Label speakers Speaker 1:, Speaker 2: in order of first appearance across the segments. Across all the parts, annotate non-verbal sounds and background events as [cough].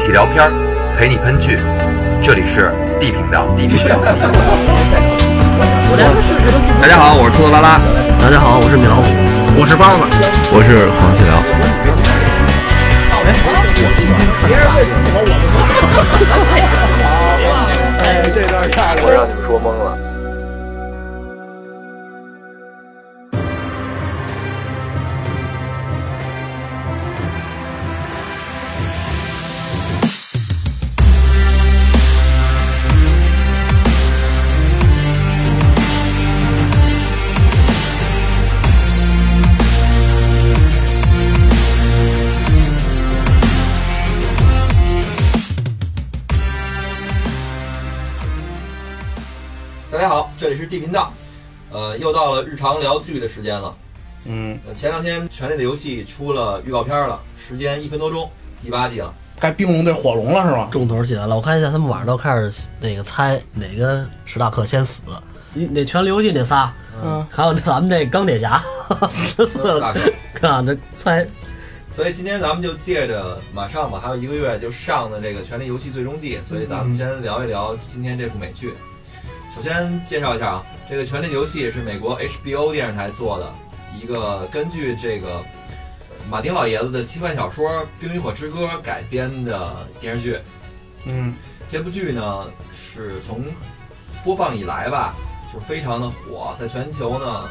Speaker 1: 起聊片儿，陪你喷剧。这里是 D 频道，D 频道。大家好，我是兔子拉拉。
Speaker 2: 大家好，我是米老虎。
Speaker 3: 我是包子，
Speaker 4: 我是黄细辽。
Speaker 1: 我让你们说懵了。
Speaker 5: 大家好，这里是地频道，呃，又到了日常聊剧的时间了。
Speaker 3: 嗯，
Speaker 5: 呃前两天《权力的游戏》出了预告片了，时间一分多钟，第八季了。
Speaker 3: 该冰龙对火龙了是吗？
Speaker 2: 重头戏来了，我看现在他们晚上都开始那个猜哪个史塔克先死。你那权力游戏那仨，
Speaker 3: 嗯，
Speaker 2: 还有咱们这钢铁 [laughs] 侠，这四
Speaker 5: 大
Speaker 2: 个
Speaker 5: 哥
Speaker 2: 看这猜
Speaker 5: 所以今天咱们就借着马上吧，还有一个月就上的这个《权力游戏》最终季，所以咱们先聊一聊今天这部美剧。首先介绍一下啊，这个《权力游戏》是美国 HBO 电视台做的一个根据这个呃马丁老爷子的奇幻小说《冰与火之歌》改编的电视剧。
Speaker 3: 嗯，
Speaker 5: 这部剧呢是从播放以来吧，就非常的火，在全球呢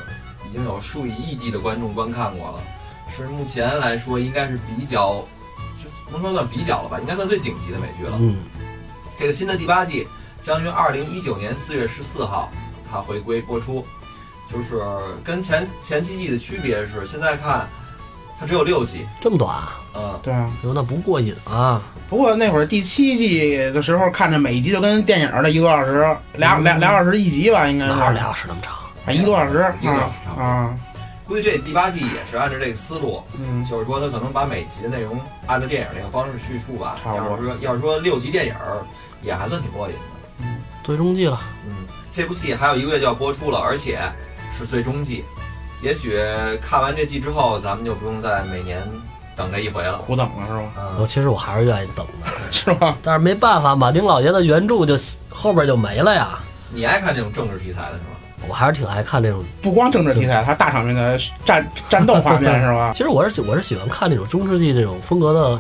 Speaker 5: 已经有数以亿计的观众观看过了，是目前来说应该是比较，就不能说算比较了吧，应该算最顶级的美剧了。
Speaker 2: 嗯，
Speaker 5: 这个新的第八季将于二零一九年四月十四号它回归播出，就是跟前前七季的区别是，现在看它只有六集，
Speaker 2: 这么短啊，
Speaker 5: 呃，
Speaker 3: 对啊。
Speaker 2: 哟那不过瘾啊！
Speaker 3: 不过那会儿第七季的时候，看着每一集就跟电影似的，一个多小时，俩俩俩小时一集吧，应该是
Speaker 2: 哪有俩小时那么长？
Speaker 3: 啊一个多小时
Speaker 5: 一个多小时差
Speaker 3: 啊
Speaker 5: 不多
Speaker 3: 啊，
Speaker 5: 估计这第八季也是按照这个思路。
Speaker 3: 嗯，
Speaker 5: 就是说他可能把每集的内容按照电影那个方式叙述吧。
Speaker 3: 差不多
Speaker 5: 要是说要是说六集电影儿也还算挺过瘾的。
Speaker 2: 最终季了，
Speaker 5: 嗯，这部戏还有一个月就要播出了，而且是最终季。也许看完这季之后，咱们就不用再每年等这一回了。
Speaker 3: 苦等了是吧？ [laughs]
Speaker 2: 我
Speaker 5: 嗯，
Speaker 2: 其实我还是愿意等的，
Speaker 3: 是吧？
Speaker 2: 但是没办法，马丁老爷子原著就后边就没了呀。
Speaker 5: 你爱看这种政治题材的是吗？
Speaker 2: 我还是挺爱看这种，
Speaker 3: 不光政治题材，还是大场面的战战斗画面是吧？
Speaker 2: 其实我是喜我是喜欢看这种中世纪这种风格的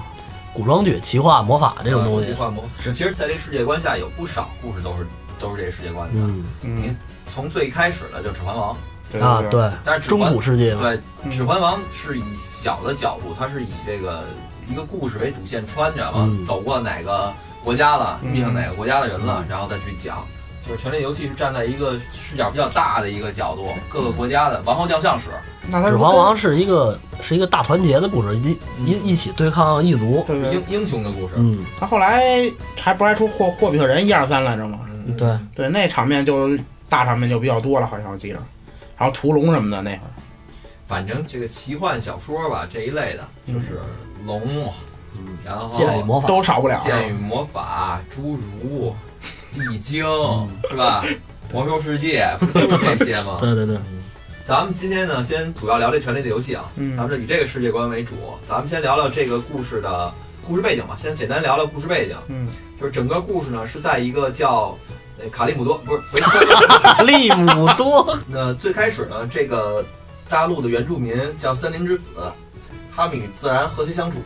Speaker 2: 古装剧、奇幻、魔法这种东
Speaker 5: 呃奇
Speaker 2: 西。
Speaker 5: 幻魔，其实在这世界观下有不少故事都是都是这世界观的。
Speaker 2: 嗯
Speaker 3: 嗯，
Speaker 5: 从最开始的就《指环王》，
Speaker 3: 对
Speaker 2: 啊，
Speaker 3: 对，
Speaker 2: 对，
Speaker 5: 但是指
Speaker 2: 中
Speaker 5: 环
Speaker 2: 古世纪嘛。
Speaker 5: 对，
Speaker 3: 嗯
Speaker 5: 《指环王》是以小的角度，它是以这个一个故事为主线穿着嘛，
Speaker 2: 嗯
Speaker 5: 走过哪个国家了，
Speaker 3: 嗯
Speaker 5: 遇上哪个国家的人了，然后再去讲。就是《权力游戏》是站在一个视角比较大的一个角度，各个国家的王侯将相史，
Speaker 3: 那他
Speaker 2: 指环王是一个是一个大团结的故事，一一一起对抗异族。
Speaker 3: 嗯对对
Speaker 5: 英，英雄的故事。
Speaker 2: 嗯，
Speaker 3: 他后来还不还出霍霍比特人一二三来着吗？
Speaker 5: 嗯，
Speaker 2: 对，
Speaker 3: 对，那场面就大场面就比较多了，好像我记着，然后屠龙什么的那会儿，
Speaker 5: 反正这个奇幻小说吧这一类的，就是龙，然后
Speaker 2: 嗯剑与魔法。
Speaker 3: 都少不了。
Speaker 5: 剑与魔法、侏儒、地精，
Speaker 2: 嗯
Speaker 5: 是吧？魔兽世界不就是这些
Speaker 2: [laughs]
Speaker 5: 吗？
Speaker 2: 对对对，
Speaker 5: 咱们今天呢，先主要聊这《权力的游戏》啊，
Speaker 3: 嗯
Speaker 5: 咱们就以这个世界观为主，咱们先聊聊这个故事的故事背景吧。先简单聊聊故事背景，
Speaker 3: 嗯，
Speaker 5: 就是整个故事呢是在一个叫呃卡利姆多，不 [laughs] 是维斯特。
Speaker 2: 利姆 [laughs] 多。
Speaker 5: 那最开始呢，这个大陆的原住民叫森林之子，他们与自然和谐相处，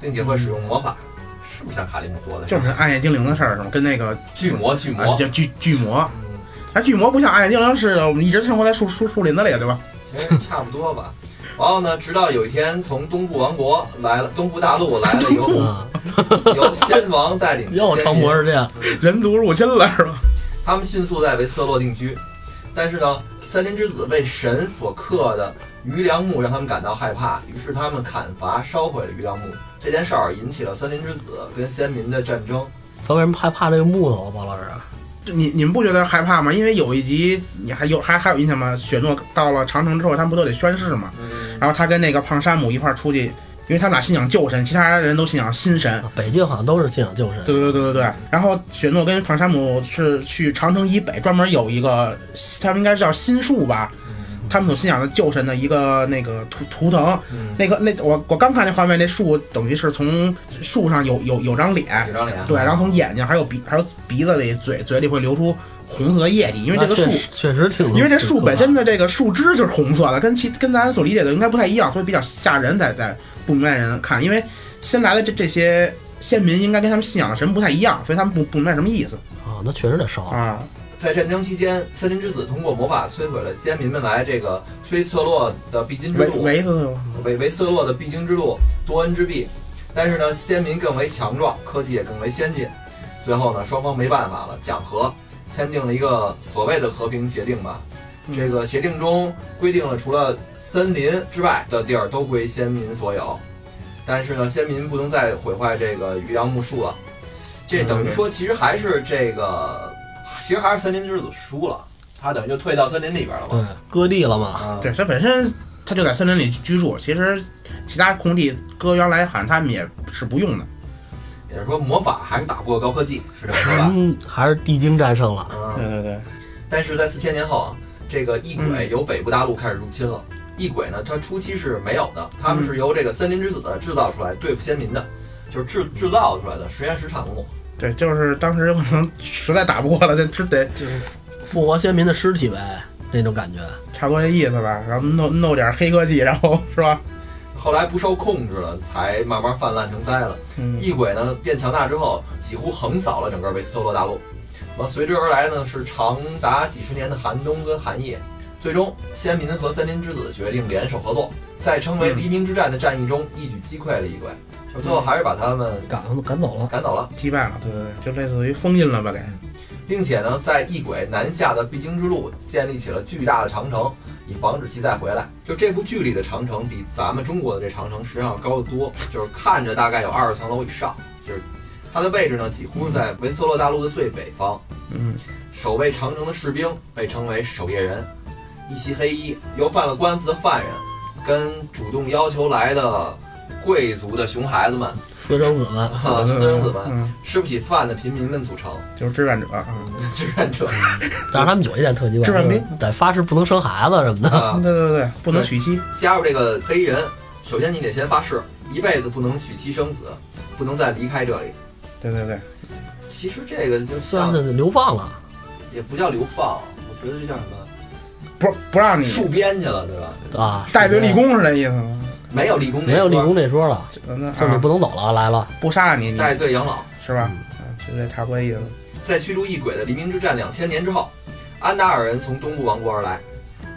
Speaker 5: 并且会使用魔法，是不是像卡利姆多的？
Speaker 3: 嗯就是暗夜精灵的事儿是吗？跟那个
Speaker 5: 巨魔，巨
Speaker 3: 啊
Speaker 5: 魔。
Speaker 3: 叫巨巨魔，
Speaker 5: 嗯
Speaker 3: 哎，巨魔不像暗夜精灵似的，我们一直生活在树树树林子里，对吧？
Speaker 5: 其实差不多吧。然后呢，直到有一天，从东部王国来了，东部大陆来了一
Speaker 3: [laughs]
Speaker 5: 个
Speaker 2: 啊，
Speaker 5: 由先王带
Speaker 6: [laughs]
Speaker 5: 领的
Speaker 2: 又
Speaker 5: 先
Speaker 2: 成
Speaker 5: 民
Speaker 2: 魔世界了。
Speaker 3: 人族入侵了是吧？
Speaker 5: 他们迅速在维斯特洛定居。但是呢，森林之子为神所刻的余良木让他们感到害怕，于是他们砍伐烧毁了余良木。这件事儿引起了森林之子跟先民的战争。
Speaker 2: 他为什么害怕这个木头啊，包老师？
Speaker 3: 就你你们不觉得害怕吗？因为有一集你还有还还有印象吗？雪诺到了长城之后，他们不都得宣誓吗？
Speaker 5: 嗯，
Speaker 3: 然后他跟那个胖山姆一块儿出去，因为他们俩信仰旧神，其他人都信仰新神。
Speaker 2: 啊北京好像都是信仰旧神。
Speaker 3: 对对对对对。然后雪诺跟胖山姆是去长城以北专门有一个，他们应该叫新树吧？他们所信仰的旧神的一个那个图图腾。
Speaker 5: 嗯，
Speaker 3: 那个那我我刚看那画面，那树等于是从树上有有有张脸，
Speaker 5: 有张脸，
Speaker 3: 对，然后从眼睛还有鼻还有鼻子里嘴嘴里会流出红色的液体，因为这个
Speaker 2: 那
Speaker 3: 树
Speaker 2: 啊确实确实挺，
Speaker 3: 因为这树本身
Speaker 2: 挺
Speaker 3: 的这个树枝就是红色的，跟其跟咱所理解的应该不太一样，所以比较吓人才，在不明白人看。因为新来的这这些先民应该跟他们信仰的神不太一样，所以他们不不明白什么意思
Speaker 2: 可怕的啊，那确实得烧啊
Speaker 3: 啊。
Speaker 5: 在战争期间，森林之子通过魔法摧毁了先民们来这个追策洛的必经之
Speaker 3: 维
Speaker 5: 路，
Speaker 3: 维斯
Speaker 5: 维维瑟洛的必经之路多恩之壁，但是呢，先民更为强壮，科技也更为先进。最后呢，双方没办法了，讲和，签订了一个所谓的和平协定吧。
Speaker 3: 嗯
Speaker 5: 这个协定中规定了，除了森林之外的地儿都归先民所有，但是呢，先民不能再毁坏这个渔阳木树了。这等于说，其实还是这个，其实还是森林之子输了，他等于就退到森林里边
Speaker 3: 啊
Speaker 5: 了
Speaker 2: 对
Speaker 5: 嘛。，
Speaker 2: 割地了嘛，
Speaker 5: 啊，
Speaker 3: 对，他本身他就在森林里居住，其实其他空地搁原来好像他们也是不用的。
Speaker 5: 也就是说，魔法还是打不过高科技，是这么说吧？
Speaker 6: [laughs]
Speaker 2: 嗯，还是地精战胜了，
Speaker 5: 嗯，
Speaker 3: 对对，
Speaker 5: 但是在四千年后啊，这个异
Speaker 3: 嗯
Speaker 5: 鬼由北部大陆开始入侵了。异鬼呢，它初期是没有的，他们是由这个森林之子制造出来对付先民的，就是制
Speaker 3: 嗯
Speaker 5: 制造出来的实验室产物。
Speaker 3: 对，就是当时有可能实在打不过了，就只得
Speaker 2: 就是复活先民的尸体呗，那种感觉。
Speaker 3: 差不多这意思吧，然后弄弄点黑科技，然后是吧？
Speaker 5: 后来不受控制了，才慢慢泛滥成灾了。
Speaker 3: 嗯，
Speaker 5: 异鬼呢变强大之后，几乎横扫了整个维斯特洛大陆。那么随之而来呢，是长达几十年的寒冬跟寒夜。最终，先民和森林之子决定联手合作，在称为
Speaker 3: 嗯
Speaker 5: 黎明之战的战役中一举击溃了异鬼，就最后还是把他们
Speaker 2: 赶赶走了，
Speaker 5: 赶走了。
Speaker 3: 击败了，对对对，就类似于封印了吧，给。
Speaker 5: 并且呢，在异鬼南下的必经之路建立起了巨大的长城，以防止其再回来。就这部剧里的长城比咱们中国的这长城实际上要高得多，就是看着大概有二十层楼以上，就是它的位置呢几乎是在维斯特洛大陆的最北方。
Speaker 3: 嗯，
Speaker 5: 守卫长城的士兵被称为守夜人，一袭黑衣，由犯了官司的犯人跟主动要求来的贵族的熊孩子们、 [laughs]
Speaker 2: 私生子们
Speaker 5: 啊私生子们、
Speaker 3: 嗯，
Speaker 5: 吃不起饭的平民们组成， [laughs]
Speaker 3: 就是志愿者，嗯
Speaker 5: 志愿者。
Speaker 2: 但是他们有一点特奇怪，
Speaker 3: 志愿兵
Speaker 2: 就是得发誓不能生孩子什么的。
Speaker 5: 啊，
Speaker 3: 嗯对对对，不能娶妻，
Speaker 5: 加入这个黑衣人，首先你得先发誓，一辈子不能娶妻生子，不能再离开这里。
Speaker 3: 对对对，
Speaker 5: 其实这个就
Speaker 2: 虽
Speaker 5: 像
Speaker 2: 然这流放了，
Speaker 5: 也不叫流放，我觉得这叫什么
Speaker 3: 不不让你
Speaker 5: 戍边去了，对吧？
Speaker 2: 啊，
Speaker 3: 带队立，功是这意思吗？
Speaker 5: 没有立功，
Speaker 2: 没有立，功这说了，
Speaker 3: 那
Speaker 2: 就是你
Speaker 3: 啊，
Speaker 2: 不能走了，来了，
Speaker 3: 不杀你，你
Speaker 5: 戴罪养老。
Speaker 3: 是吧？啊，其实这差不多意思。
Speaker 5: 在驱逐异鬼的黎明之战两千年之后，安达尔人从东部王国而来。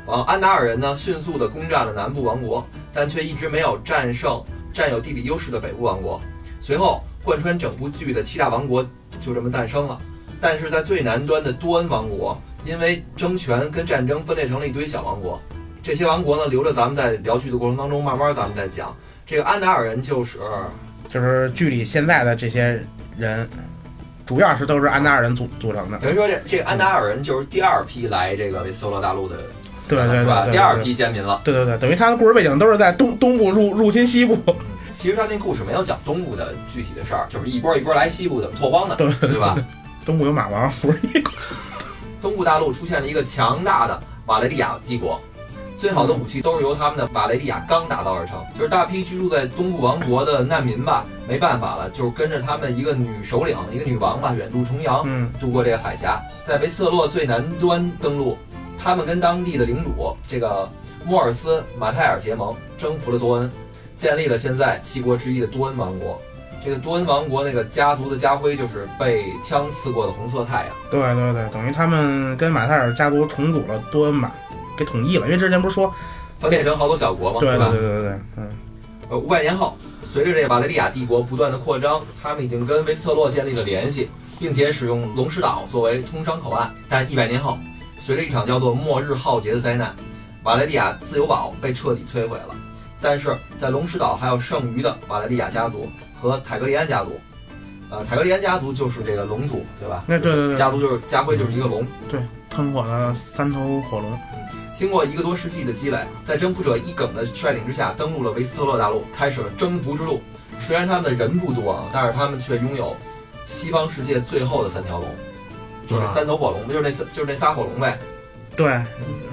Speaker 5: 呃，安达尔人呢，迅速地攻占了南部王国，但却一直没有战胜占有地理优势的北部王国。随后，贯穿整部剧的七大王国就这么诞生了。但是在最南端的多恩王国，因为争权跟战争分裂成了一堆小王国。这些王国呢，留着咱们在聊剧的过程当中，慢慢咱们再讲。这个安达尔人就是
Speaker 3: 就是剧里现在的这些人，主要是都是安达尔人组组成的。
Speaker 5: 等于说这这个安达尔人就是第二批来这个维斯特洛大陆的人，
Speaker 3: 对对
Speaker 5: 是
Speaker 3: 对
Speaker 5: 吧？
Speaker 3: 对，
Speaker 5: 第二。批先民了。
Speaker 3: 对对对，等于他的故事背景都是在东东部入入侵西部，
Speaker 5: 其实他那故事没有讲东部的具体的事儿，就是一波一波来西部怎么拓荒的，对吧？
Speaker 3: 东部有马王，不是
Speaker 5: 哦东部大陆出现了一个强大的瓦雷利亚帝国，最好的
Speaker 3: 嗯
Speaker 5: 武器都是由他们的瓦雷利亚钢打造而成。就是大批居住在东部王国的难民吧，没办法了，就是跟着他们一个女首领，一个女王吧，远渡重洋，
Speaker 3: 嗯，
Speaker 5: 渡过这个海峡，在维斯特洛最南端登陆。他们跟当地的领主这个莫尔斯马泰尔结盟，征服了多恩，建立了现在七国之一的多恩王国。这个多恩王国那个家族的家徽就是被枪刺过的红色太阳。
Speaker 3: 对对对，等于他们跟马泰尔家族重组了多恩马，给统一了，因为之前不是说，
Speaker 5: 分裂成好多小国嘛，
Speaker 3: 对对
Speaker 5: 吧？
Speaker 3: 对对对，嗯，
Speaker 5: 呃，五百年后，随着这瓦雷利亚帝国不断的扩张，他们已经跟维斯特洛建立了联系，并且使用龙石岛作为通商口岸。但一百年后，随着一场叫做“末日浩劫”的灾难，瓦雷利亚自由堡被彻底摧毁了。但是在龙石岛还有剩余的瓦雷利亚家族和泰格利安家族，呃，泰格利安家族就是这个龙族，对吧？
Speaker 3: 那对对对
Speaker 5: 家族就是家徽就是一个龙。
Speaker 3: 喷火了三头火龙，
Speaker 5: 经过一个多世纪的积累，在征服者一梗的率领之下，登陆了维斯特洛大陆，开始了征服之路。虽然他们的人不多啊，但是他们却拥有西方世界最后的三条龙，就是那三头火龙，不就是那三就是那仨火龙呗。
Speaker 3: 对，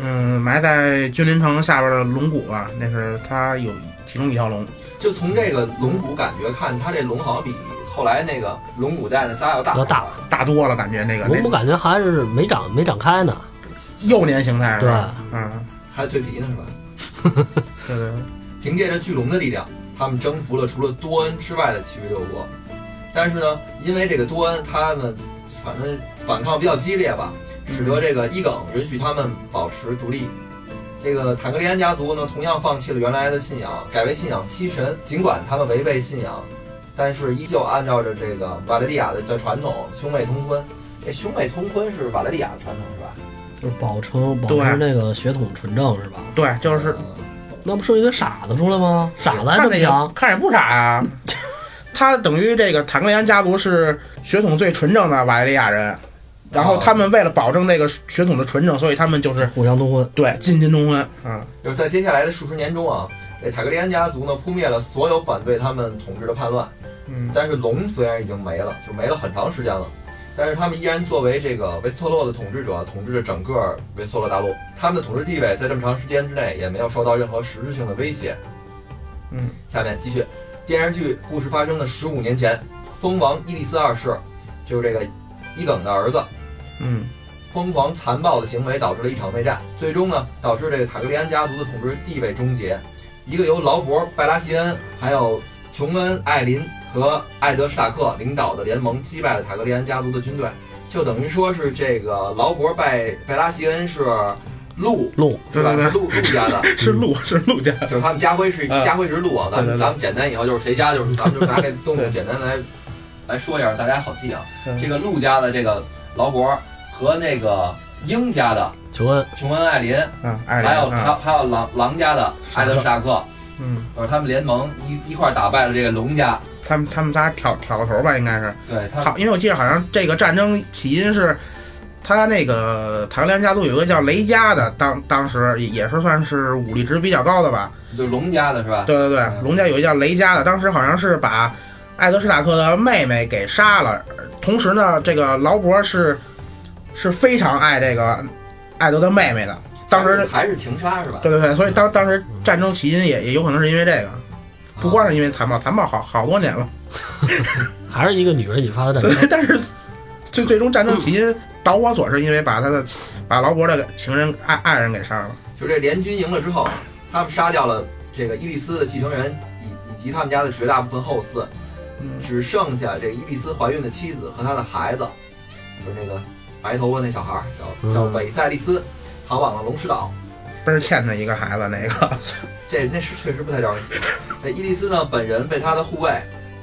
Speaker 3: 嗯，埋在君临城下边的龙骨吧，那是它有其中一条龙。
Speaker 5: 就从这个龙骨感觉看，它这龙好像比后来那个龙骨带那仨要大，
Speaker 2: 要大，
Speaker 3: 大多了，感觉那个
Speaker 2: 龙骨感觉还是没长没长开呢。
Speaker 3: 那幼年形态是
Speaker 2: 对，
Speaker 3: 吧？嗯，
Speaker 5: 还有蜕皮呢是吧？
Speaker 3: 对对，
Speaker 5: 凭借着巨龙的力量，他们征服了除了多恩之外的其余六国。但是呢，因为这个多恩他们反正反抗比较激烈吧，
Speaker 3: 嗯
Speaker 5: 使得这个伊耿允许他们保持独立。这个坦格利安家族呢，同样放弃了原来的信仰，改为信仰七神。尽管他们违背信仰，但是依旧按照着这个瓦莱利亚的的传统，兄妹通婚。这兄妹通婚是瓦莱利亚的传统是吧？
Speaker 2: 就是保持保
Speaker 3: 对
Speaker 2: 持那个血统纯正是吧？
Speaker 3: 对，就是
Speaker 5: 嗯
Speaker 2: 那不生一堆傻子出来吗？傻子还这
Speaker 3: 看
Speaker 2: 么
Speaker 3: 着也
Speaker 2: 想，
Speaker 3: 看着也不傻
Speaker 2: [laughs]
Speaker 3: 呀。他等于这个坦格利安家族是血统最纯正的瓦莱利亚人，然后
Speaker 2: 啊
Speaker 5: 哦
Speaker 3: 他们为了保证这个血统的纯正，所以他们就是
Speaker 2: 互相通婚。
Speaker 3: 对近亲通婚。嗯，
Speaker 5: 就是在接下来的数十年中啊，这塔格利安家族呢扑灭了所有反对他们统治的叛乱。
Speaker 3: 嗯
Speaker 5: 但是龙虽然已经没了，就没了很长时间了，但是他们依然作为这个维斯特洛的统治者，统治着整个维斯特洛大陆。他们的统治地位在这么长时间之内也没有受到任何实质性的威胁。
Speaker 3: 嗯，
Speaker 5: 下面继续，电视剧故事发生的十五年前，蜂王伊利斯二世，就是这个伊耿的儿子，
Speaker 3: 嗯，
Speaker 5: 疯狂残暴的行为导致了一场内战，最终呢导致这个塔格利安家族的统治地位终结。一个由劳勃、拜拉希恩、还有琼恩、艾琳和艾德·史塔克领导的联盟击败了塔格利安家族的军队，就等于说是这个劳勃、拜拜拉希恩是鹿
Speaker 2: 路
Speaker 5: 是吧？
Speaker 3: 对
Speaker 5: 是
Speaker 3: 对对
Speaker 5: 鹿鹿家的，
Speaker 3: 是鹿是鹿家，
Speaker 5: 就是他们家徽是
Speaker 3: 嗯
Speaker 5: 家徽是鹿啊。咱
Speaker 3: 对对
Speaker 5: 们
Speaker 3: 对
Speaker 5: 咱们简单以后就是谁家就是咱们就拿这动物
Speaker 3: 对
Speaker 5: 简单来来说一下，大家好记啊。
Speaker 3: 嗯
Speaker 5: 这个陆家的这个劳勃和那个鹰家的
Speaker 2: 求恩
Speaker 5: 琼恩艾琳，
Speaker 3: 嗯，艾
Speaker 5: 还有
Speaker 3: 琳，
Speaker 5: 还
Speaker 3: 嗯
Speaker 5: 有还有狼狼家的艾德史塔克，
Speaker 3: 嗯，
Speaker 5: 呃，他们联盟一一块儿打败了这个龙家。
Speaker 3: 他们他们仨挑挑个头吧，应该是。
Speaker 5: 对他们
Speaker 3: 好，因为我记得好像这个战争起因是，他那个唐良家族有一个叫雷家的，当当时也也是算是武力值比较高的吧。
Speaker 5: 就是龙家的是吧？
Speaker 3: 对对对，龙家有一个叫雷家的，当时好像是把艾德史塔克的妹妹给杀了，同时呢，这个劳勃是是非常爱这个艾德的妹妹的。当时，
Speaker 5: 还是情杀是吧？
Speaker 3: 对对对，所以当当时战争起因也也有可能是因为这个，不光
Speaker 5: 啊
Speaker 3: 是因为残暴，残暴好好多年了。
Speaker 2: 还是一个女人引发的战争。
Speaker 3: 对，但是最最终战争起因，导火索是因为把他的把劳勃的情人爱爱人给杀了。
Speaker 5: 就这联军赢了之后，他们杀掉了这个伊利斯的继承人以以及他们家的绝大部分后嗣，
Speaker 3: 嗯
Speaker 5: 只剩下这个伊利斯怀孕的妻子和她的孩子，就是那个白头发那小孩儿叫叫
Speaker 2: 嗯
Speaker 5: 韦塞利斯，逃往了龙石岛。
Speaker 3: 倍儿欠他一个孩子，那个
Speaker 5: 这那是确实不太招人喜欢。这伊利斯呢，本人被他的护卫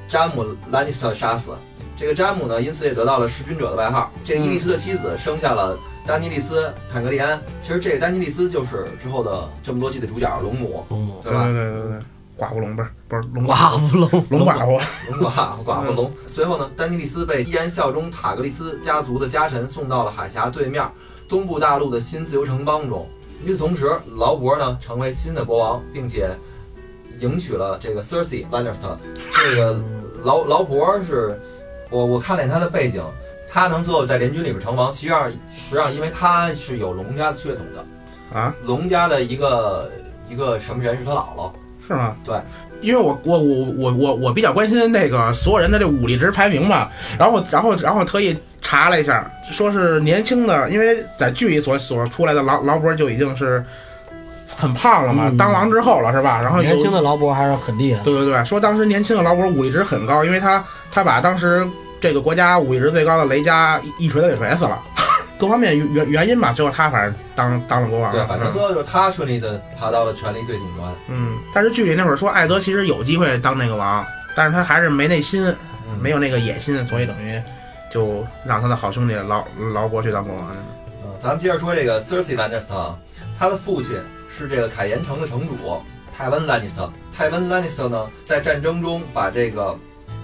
Speaker 5: 詹姆·兰尼斯特杀死。这个詹姆呢，因此也得到了弑君者的外号。这个伊利斯的妻子生下了丹尼利斯·坦格利安。其实这个丹尼利斯就是之后的这么多季的主角龙母，
Speaker 2: 嗯，
Speaker 5: 对
Speaker 3: 对
Speaker 5: 吧
Speaker 3: 对？对对对，寡妇龙不是不是龙
Speaker 2: 寡妇龙
Speaker 3: 龙寡妇，
Speaker 5: 龙寡寡妇龙。随后呢，丹尼利斯被依然效忠塔格利斯家族的家臣送到了海峡对面东部大陆的新自由城邦中。与此同时，劳勃呢成为新的国王，并且迎娶了这个 Cersei Lannister。这个劳劳勃是，我我看了一眼他的背景，他能最后在联军里边成王，其实上实际上因为他是有龙家的血统的
Speaker 3: 啊，
Speaker 5: 龙家的一个一个什么人是他姥姥。
Speaker 3: 是吗？
Speaker 5: 对，
Speaker 3: 因为我我我我我我比较关心那个所有人的这武力值排名嘛，然后然后然后特意查了一下，说是年轻的，因为在剧里所所出来的劳劳勃就已经是很胖了嘛，
Speaker 2: 嗯
Speaker 3: 当王之后了是吧？然后有
Speaker 2: 年轻的劳勃还是很厉害的。
Speaker 3: 对对对，说当时年轻的劳勃武力值很高，因为他他把当时这个国家武力值最高的雷加一一锤子给锤死了， [laughs] 各方面原原因吧，最后他反正当当了国王
Speaker 5: 对
Speaker 3: 了，，
Speaker 5: 反正最后就是他顺利的爬到了权力最顶端。
Speaker 3: 嗯，但是剧里那会儿说艾德其实有机会当那个王，但是他还是没那心，
Speaker 5: 嗯
Speaker 3: 没有那个野心，所以等于就让他的好兄弟劳劳勃去当国王去了。
Speaker 5: 嗯，咱们接着说这个 Cersei Lannister，啊他的父亲是这个凯岩城的城主泰温·兰尼斯特。泰温·兰尼斯特呢，在战争中把这个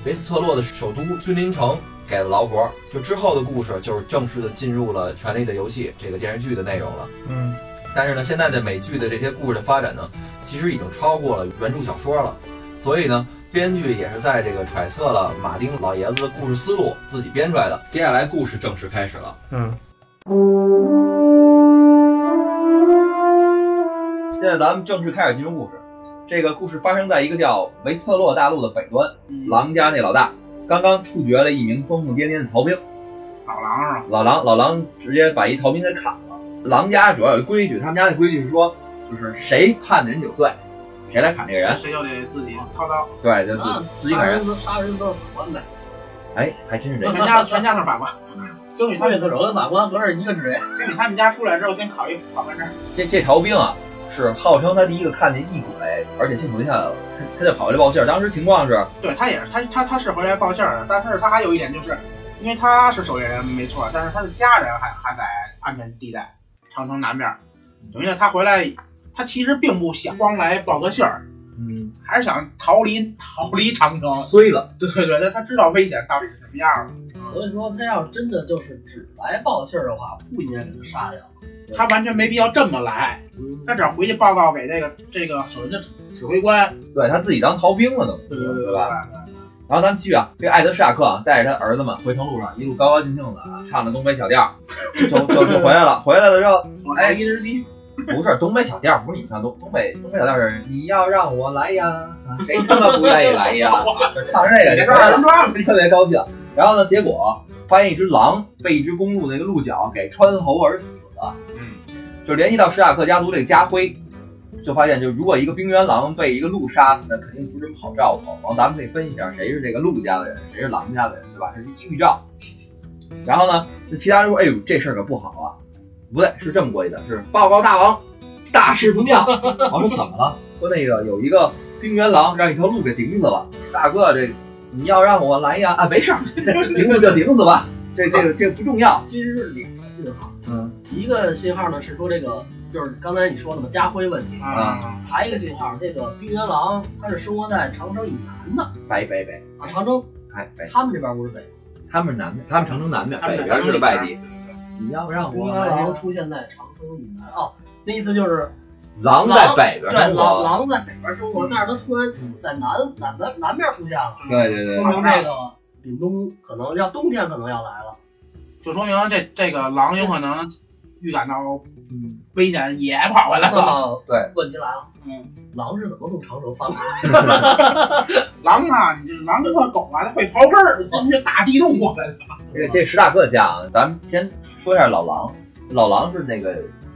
Speaker 5: 维斯特洛的首都君临城给了劳勃。就之后的故事，就是正式的进入了《权力的游戏》这个电视剧的内容了。
Speaker 3: 嗯，
Speaker 5: 但是呢，现在的美剧的这些故事的发展呢，其实已经超过了原著小说了，所以呢，编剧也是在这个揣测了马丁老爷子的故事思路，自己编出来的。接下来故事正式开始了。
Speaker 3: 嗯，
Speaker 5: 现在咱们正式开始进入故事。这个故事发生在一个叫维斯特洛大陆的北端，
Speaker 6: 嗯
Speaker 5: 狼家那老大刚刚处决了一名疯疯癫癫的逃兵，
Speaker 3: 老狼是吧？
Speaker 5: 老狼老狼直接把一逃兵给砍了。狼家主要有规矩，他们家的规矩是说，就是谁判的人有罪，谁来砍这个人，
Speaker 3: 谁就得自己操刀，
Speaker 5: 对，就自
Speaker 6: 啊
Speaker 5: 自己砍人。
Speaker 6: 都杀人都是法官呗，
Speaker 5: 哎，还真是这样。
Speaker 3: 全家
Speaker 5: [laughs]
Speaker 3: 全家都是法官。
Speaker 5: 嗯
Speaker 3: 星宇他
Speaker 6: 对
Speaker 3: 们
Speaker 6: 子手跟法官合着一个职业。
Speaker 3: 星宇他们家出来之后，先考一考官证。
Speaker 5: 这这逃兵啊，是号称他第一个看见异鬼，而且幸存下来了，他就跑回来报信儿。当时情况是，
Speaker 3: 对他也是，他他他是回来报信儿的，但是他还有一点就是，因为他是守夜人没错，但是他的家人还还在安全地带，长城南边儿，等于他回来，他其实并不想光来报个信儿，
Speaker 5: 嗯，
Speaker 3: 还是想逃离逃离长城。
Speaker 5: 衰了。
Speaker 3: 对对对，他他知道危险到底是什么样的，
Speaker 6: 所以说，他要真的就是只来报信儿的话，不应该给他杀掉。嗯
Speaker 3: 他完全没必要这么来，他只要回去报告给这个这个守人的指挥官，
Speaker 5: 对他自己当逃兵了都，
Speaker 3: 对对对
Speaker 5: 对吧？？然后咱们继续啊，这个艾德施雅克啊，带着他儿子们回程路上，一路高高兴兴的啊，唱着东北小调，就就就回来了。回来了之后，
Speaker 3: 我来一只鸡，
Speaker 5: 不是东北小调，不是你们唱东东北东北小调是你要让我来呀，啊谁他妈不愿意来呀？ [laughs] 就唱这哎个，这
Speaker 3: 抓人抓了，
Speaker 5: [laughs] 特别高兴。然后呢，结果发现一只狼被一只公路那个鹿角给穿喉而死了。嗯，就联系到史塔克家族这个家徽，就发现就如果一个冰原狼被一个鹿杀死，那肯定不是什么好兆头。然后咱们可以分析一下，谁是这个鹿家的人，谁是狼家的人，对吧？这是一预兆。然后呢，这其他人说：“哎呦，这事儿可不好啊！”不对，是这么过去的，是报告大王，大事不妙。我说怎么了？说那个有一个冰原狼让一条鹿给顶死了。大哥，这你要让我来呀？ [laughs] 啊，没事儿，顶死就顶死吧，这这个这个不重要。
Speaker 6: 其实是两个信号，
Speaker 5: 嗯，
Speaker 6: 一个信号呢是说这个就是刚才你说的嘛，家徽问题；
Speaker 3: 啊，
Speaker 6: 还有一个信号，这个冰原狼它是生活在长城以南的
Speaker 5: 北北北，
Speaker 6: 啊，长城
Speaker 5: 哎北，
Speaker 6: 他们这边不是北，
Speaker 5: 他们是南面，他们长城南面，
Speaker 3: 他们
Speaker 5: 北
Speaker 3: 是
Speaker 5: 边嗯
Speaker 3: 长
Speaker 5: 是
Speaker 3: 城
Speaker 5: 外
Speaker 3: 里
Speaker 5: 地。你要让
Speaker 6: 冰
Speaker 5: 我
Speaker 6: 原
Speaker 5: 来
Speaker 6: 狼
Speaker 5: 呀，
Speaker 6: 出现在长城以南哦，那意思就是
Speaker 5: 狼在北边
Speaker 6: 对
Speaker 5: 生
Speaker 6: 狼
Speaker 5: 活。
Speaker 6: 狼在北边生活，但是它突然在南南南南边出现了，
Speaker 5: 对对
Speaker 6: 说
Speaker 5: 对，
Speaker 6: 明这个凛冬可能要冬天可能要来了。
Speaker 3: 就说明这这个狼有可能预感到
Speaker 5: 嗯，
Speaker 3: 危险也跑回来了。
Speaker 6: 那
Speaker 5: 对，
Speaker 6: 问题来了，
Speaker 3: 嗯，
Speaker 6: 狼是怎么从长城翻过来
Speaker 3: 狼啊，你这狼跟和狗啊，它会刨根儿，先是大地洞过来的。
Speaker 5: 这这史塔克家啊，咱们先说一下老狼。老狼是那个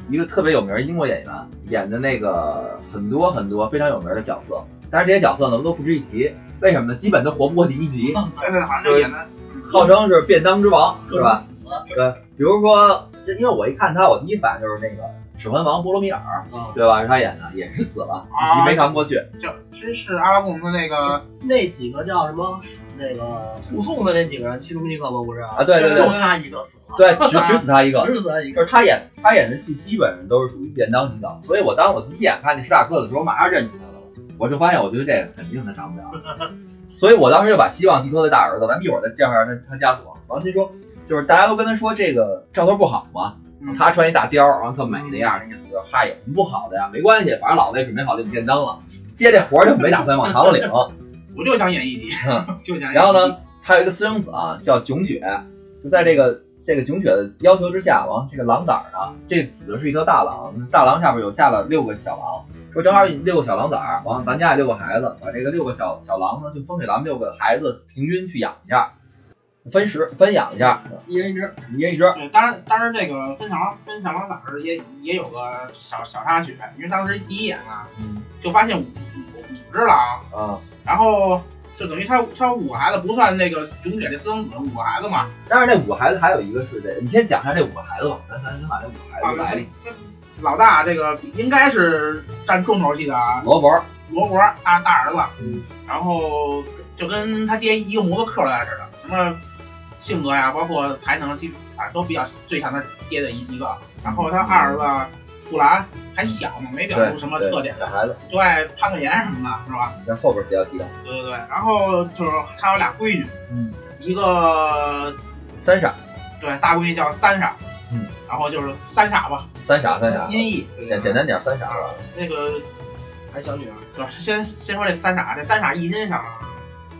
Speaker 5: 一个特别有名的英国演员，演的那个很多很多非常有名的角色，但是这些角色呢都不值一提，为什么呢？基本都活不过第一集。
Speaker 3: [laughs] 对对，好像就演的
Speaker 5: 号称是便当之王，是吧？
Speaker 6: 的？
Speaker 5: 对，比如说，这因为我一看他，我第一反应就是那个《指环王》波罗米尔，
Speaker 6: 啊，
Speaker 5: 对吧？是他演的，也是死了，
Speaker 3: 啊
Speaker 5: 一集没看过去。
Speaker 3: 就这是阿拉贡的那个
Speaker 6: 那几个叫什么？那个护送的那几个人，其中一个吗？不是啊
Speaker 5: 啊，对对
Speaker 6: 就
Speaker 5: 对
Speaker 6: 他一个死了，
Speaker 5: 对，只只死他一
Speaker 6: [laughs]
Speaker 5: 个。
Speaker 6: 只死他一
Speaker 5: 就
Speaker 6: 个。
Speaker 5: 是他演他演的戏基本上都是属于便当型的，所以我当我第一眼看见史塔克的时候，我马上认出他了。我就发现，我觉得这个肯定他上不了， [laughs] 所以我当时就把希望寄托在大儿子。咱们一会儿再介绍一下他他家族。王鑫说，就是大家都跟他说这个兆头不好嘛，
Speaker 3: 嗯
Speaker 5: 他穿一大貂，然后特美那样，那
Speaker 6: 嗯
Speaker 5: 意思就是嗨，有什么不好的呀？没关系，反正老子也准备好这个便当了，接这活儿就没打算往堂了领。
Speaker 6: [laughs]
Speaker 3: 我就想演一集， [laughs] 就想。
Speaker 5: 嗯然后呢？，还有一个私生子啊，叫囧雪，就在这个这个囧雪的要求之下，往这个狼崽儿呢，这死的是一条大狼，大狼下边有下了六个小狼，说正好有六个小狼崽儿，完了咱家也六个孩子，把这个六个小小狼呢，就分给咱们六个孩子平均去养一下，分食分养一下，
Speaker 6: 一人一只，
Speaker 5: 一人一只。
Speaker 3: 对，当然，当然，这个分享分享狼崽儿也也有个小小插曲，因为当时第一眼啊，
Speaker 5: 嗯
Speaker 3: 就发现五五五只狼，
Speaker 5: 啊，
Speaker 3: 然后就等于他他五个孩子不算那个囧姐这私生子五个孩子嘛，
Speaker 5: 但是那五个孩子还有一个是这，你先讲一下这五个孩子吧，咱咱先把这五个孩
Speaker 3: 啊
Speaker 5: 子来历。，
Speaker 3: 老大这个应该是占重头戏的啊，
Speaker 5: 罗伯，
Speaker 3: 罗伯大大儿子，
Speaker 5: 嗯
Speaker 3: 然后就跟他爹一个模子刻出来似的，什么性格呀，包括才能，基反正都比较最像他爹的一一个。然后他二儿子布兰还小嘛，没表现出
Speaker 5: 对
Speaker 3: 什
Speaker 5: 嗯
Speaker 3: 么
Speaker 5: 对
Speaker 3: 特点，
Speaker 5: 小孩子，
Speaker 3: 就爱攀个岩什么的，是吧？
Speaker 5: 你看后边比较提到。
Speaker 3: 对对对。然后就是他有俩闺女，
Speaker 5: 嗯，
Speaker 3: 一个
Speaker 5: 三傻，
Speaker 3: 对大闺女叫三傻，
Speaker 5: 嗯，
Speaker 3: 然后就是三傻吧，
Speaker 5: 三傻，三傻，
Speaker 3: 音啊译，
Speaker 5: 简简单点，三傻是吧？
Speaker 3: 那个
Speaker 6: 还小女儿。
Speaker 3: 对，先先说这三傻，这三傻一心想，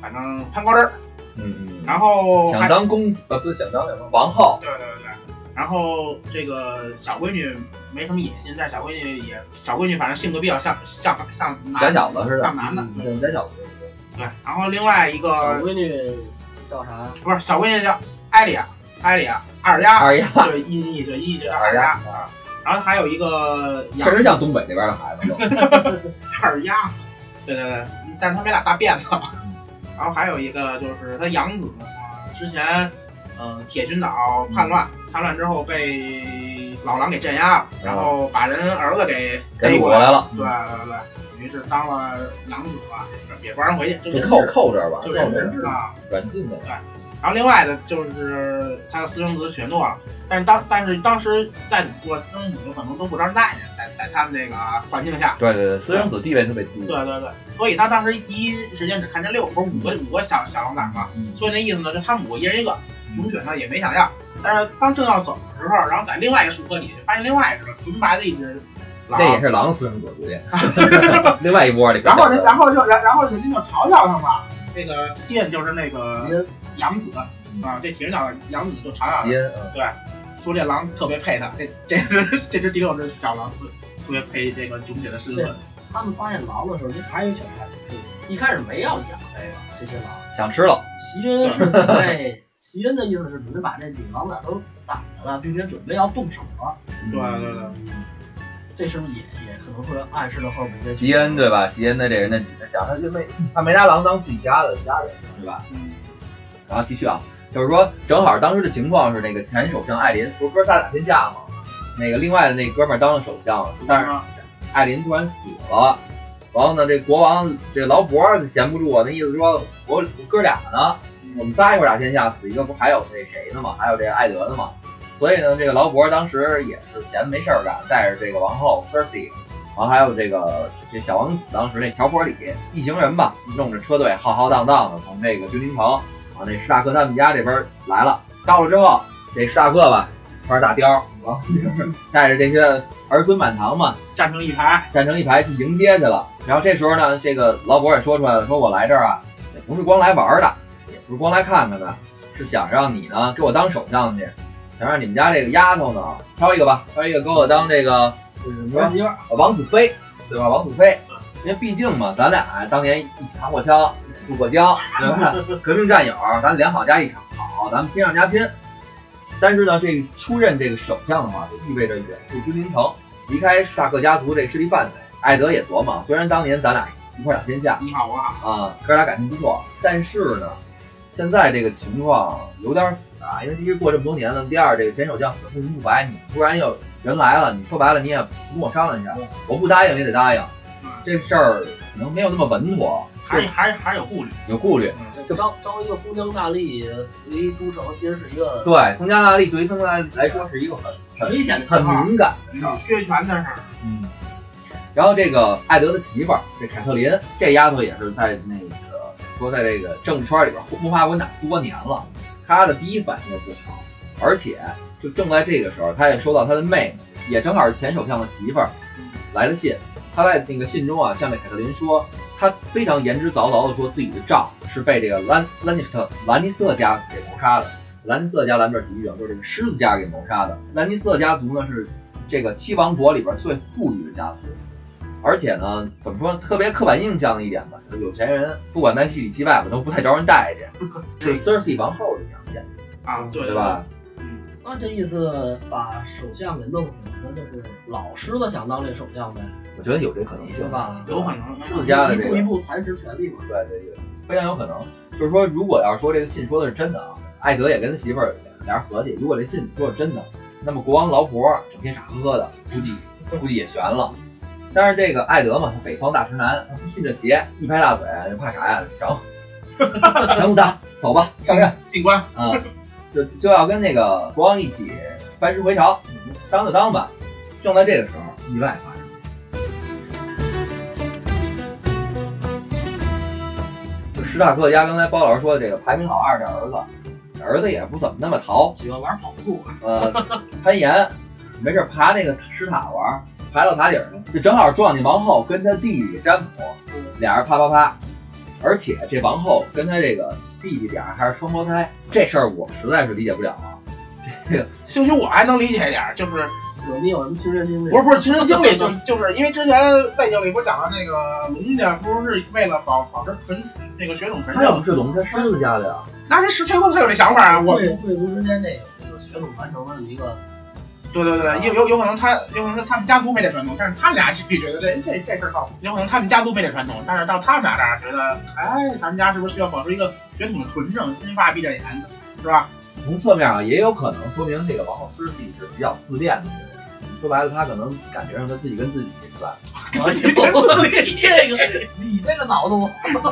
Speaker 3: 反正攀高枝儿，
Speaker 5: 嗯嗯，
Speaker 3: 然后还
Speaker 5: 想当公呃不是想当什么王后，
Speaker 3: 对对对，然后这个小闺女没什么野心，但小闺女也小闺女反正性格比较像像像
Speaker 5: 假
Speaker 3: 男
Speaker 5: 小子似的，
Speaker 3: 像男的，对
Speaker 5: 对，假小子。
Speaker 3: 对。然后另外一
Speaker 6: 小
Speaker 3: 个
Speaker 6: 闺女叫啥？
Speaker 3: 不是小闺女叫艾莉亚，艾莉亚二丫，
Speaker 5: 二丫，
Speaker 3: 对一一对一对二丫啊。然后还有一个
Speaker 5: 确
Speaker 3: 杨
Speaker 5: 实像东北那边的孩
Speaker 3: 哎
Speaker 5: 子。
Speaker 3: 二丫，对对对，但是他没俩大辫子。然后还有一个就是他养子，呃之前，呃，铁群岛叛乱，叛乱之后被老狼给镇压了，然后把人儿子给
Speaker 5: 给
Speaker 3: 逮
Speaker 5: 掳
Speaker 3: 过
Speaker 5: 过来了，
Speaker 3: 对对对，等于是当了养子吧，也不让人回去，这
Speaker 5: 你
Speaker 3: 人
Speaker 5: 扣
Speaker 3: 质，
Speaker 5: 扣这儿吧，
Speaker 3: 就
Speaker 5: 扣
Speaker 3: 人
Speaker 5: 这
Speaker 3: 质
Speaker 5: 儿，
Speaker 3: 啊。
Speaker 5: 软禁的。
Speaker 3: 然后另外的就是他的私生子雪诺了，但是当但是当时再怎么说，私生子有可能都不招人待见，在在他们这个环境下，
Speaker 5: 对对对，私生子地位特别低。
Speaker 3: 对对对，所以他当时第一时间只看见六，不是五个五个小小狼崽嘛，
Speaker 5: 嗯
Speaker 3: 所以那意思呢，就他们五个一人一个，永选呢也没想要。但是当正要走的时候，然后在另外一个树棵底下发现另外一只纯白的一只狼
Speaker 5: 这，也是狼私生子，估
Speaker 3: [laughs]
Speaker 5: 计。另外一波里，
Speaker 3: 然后人然后就然然后肯定就嘲笑他嘛。那个电就是那个呃杨子啊，这铁人岛杨子就嘲笑
Speaker 5: 基
Speaker 3: 他，
Speaker 5: 因，嗯
Speaker 3: 说这狼特别配他，这 [laughs] 这只这只第六只小狼特别配这个囧姐的狮子。
Speaker 6: 他们发现狼的时候，这还有小孩子，一开始没要养这个这些狼。
Speaker 5: 想吃了，
Speaker 6: 席恩是准 [laughs] 备，席恩的意思是准备把这几个狼崽都逮着了，并且准备要动手了。
Speaker 3: 对对对，
Speaker 6: 这是不是也也可能会暗示了后面的
Speaker 5: 吉恩对吧？吉恩的这人的想他就没他没拿狼当自己家的家人对吧？
Speaker 3: 嗯，
Speaker 5: 然后继续啊，就是说正好当时的情况是那个前首相艾琳不是哥仨打天下吗？那个另外的那哥们儿当了首相了，但是艾琳突然死了，然后呢这国王这劳勃儿闲不住啊，那意思说我我哥俩呢，我们仨一块儿打天下，死一个不还有那谁呢吗？还有这艾德呢吗？所以呢这个劳勃儿当时也是闲得没事儿干，带着这个王后 Cersei。然后还有这个这小王子，当时那乔波里一行人吧，弄着车队浩浩荡荡的从这个君临城啊，那史塔克他们家这边来了，到了之后，这史塔克吧穿着大貂，然后就是带着这些儿孙满堂嘛，
Speaker 3: 站成一排，
Speaker 5: 站成一排去迎接去了。然后这时候呢，这个劳勃也说出来了，说我来这儿啊，也不是光来玩儿的，也不是光来看看的，是想让你呢给我当首相去，想让你们家这个丫头呢挑一个吧，挑一个给我当这个就是什么
Speaker 6: 儿媳妇儿？
Speaker 5: 王子妃，对吧？王子妃，因为毕竟嘛，咱俩当年一起扛过枪，一起渡过江，对吧？革命战友，咱两好加一场好，咱们亲上加亲。但是呢，这出任这个首相的话，就意味着远赴君临城，离开沙克家族这势力范围。艾德也琢磨，虽然当年咱俩一块儿打天下
Speaker 3: 你好我好，
Speaker 5: 啊，哥俩感情不错，但是呢，现在这个情况有点复杂，因为第一过这么多年了，第二这个前首相死不明不白，你突然又人来了，你说白了你也不跟我商量一下，我不答应也得答应，这事儿可能没有那么稳妥，
Speaker 3: 还还还有顾虑。
Speaker 5: 有顾虑。
Speaker 6: 招招一个封疆大吏回都城，其实是一个
Speaker 5: 对，通加大力对于增加来说是一个很
Speaker 6: 危险的信
Speaker 5: 很
Speaker 6: 号。
Speaker 5: 敏感的事儿。
Speaker 3: 薛权的事儿，
Speaker 5: 嗯，然后这个艾德的媳妇儿，这凯特琳，这丫头也是在那个说在这个政治圈里边摸爬滚打多年了，她的第一反应就不好，而且就正在这个时候，她也收到她的妹妹，也正好是前首相的媳妇儿来的信，她在那个信中啊，向这凯特琳说，她非常言之凿凿的说自己的丈夫是被这个兰兰尼斯特兰尼斯特家给谋杀的。兰尼斯特家咱们这比喻啊，就是这个狮子家给谋杀的。兰尼斯特家族呢是这个七王国里边最富裕的家族，而且呢，怎么说特别刻板印象的一点吧，就是有钱人不管在戏里戏外吧，都不太招人待见，是 Cersei 王后的条件，
Speaker 3: 啊，对
Speaker 5: 对
Speaker 3: 对？
Speaker 5: 吧？
Speaker 6: 那这意思把首相给弄死，那就是老狮子想当这首相呗，
Speaker 5: 我觉得有这可能
Speaker 6: 对
Speaker 5: 性，
Speaker 6: 吧？
Speaker 3: 有可能嗯
Speaker 5: 狮子家的
Speaker 6: 一
Speaker 5: 这
Speaker 6: 步
Speaker 5: 个
Speaker 6: 一步蚕食权力嘛。
Speaker 5: 对对对，非常有可能。就是说，如果要是说这个信说的是真的啊，艾德也跟他媳妇儿俩人合计，如果这信说是真的，那么国王劳勃整天傻呵呵的，估计 [laughs] 估计也悬了。但是这个艾德嘛，他北方大直男，他不信这邪，一拍大腿，你怕啥呀？整，整死 [laughs] 他，走吧，上任。
Speaker 3: 进关
Speaker 5: 啊， [laughs] 就就要跟那个国王一起班师回朝，当就当吧。正在这个时候，意外发生。就史塔克家刚才包老师说的这个排名老二这儿子，儿子也不怎么那么淘，
Speaker 6: 喜欢玩跑酷，
Speaker 5: 呃，攀岩，没事儿爬那个石塔玩儿，爬到塔顶上，就正好撞见王后跟他弟弟詹姆，俩人啪啪啪，而且这王后跟他这个弟弟俩人还是双胞胎，这事儿我实在是理解不了啊。这个
Speaker 3: 兴许我还能理解一点儿，就是
Speaker 6: 有你有什么亲身经历？
Speaker 3: 不是不是亲身经历，就就是因为之前在节目里不讲到那个龙家不是为了保保持纯那个血统纯
Speaker 5: 他要
Speaker 3: 正，
Speaker 5: 不是龙，他狮子家的呀。
Speaker 3: 那是十岁后他有这想法啊，我
Speaker 6: 贵贵族之间这个这个血统传承的一个， [laughs]
Speaker 3: 对对对，有有有可能他有可能他们家族没这传统，但是他们俩心里觉得这这这事儿靠谱，有可能他们家族没这传统，但是到他们俩这儿觉得，哎，咱们家是不是需要保持一个血统的纯正，金发碧着眼的，是吧？
Speaker 5: 从侧面啊，也有可能说明这个王后狮己是比较自恋的一个人。说白了，他可能感觉上他自己跟自己是吧？
Speaker 6: 哎呦这个你这个脑洞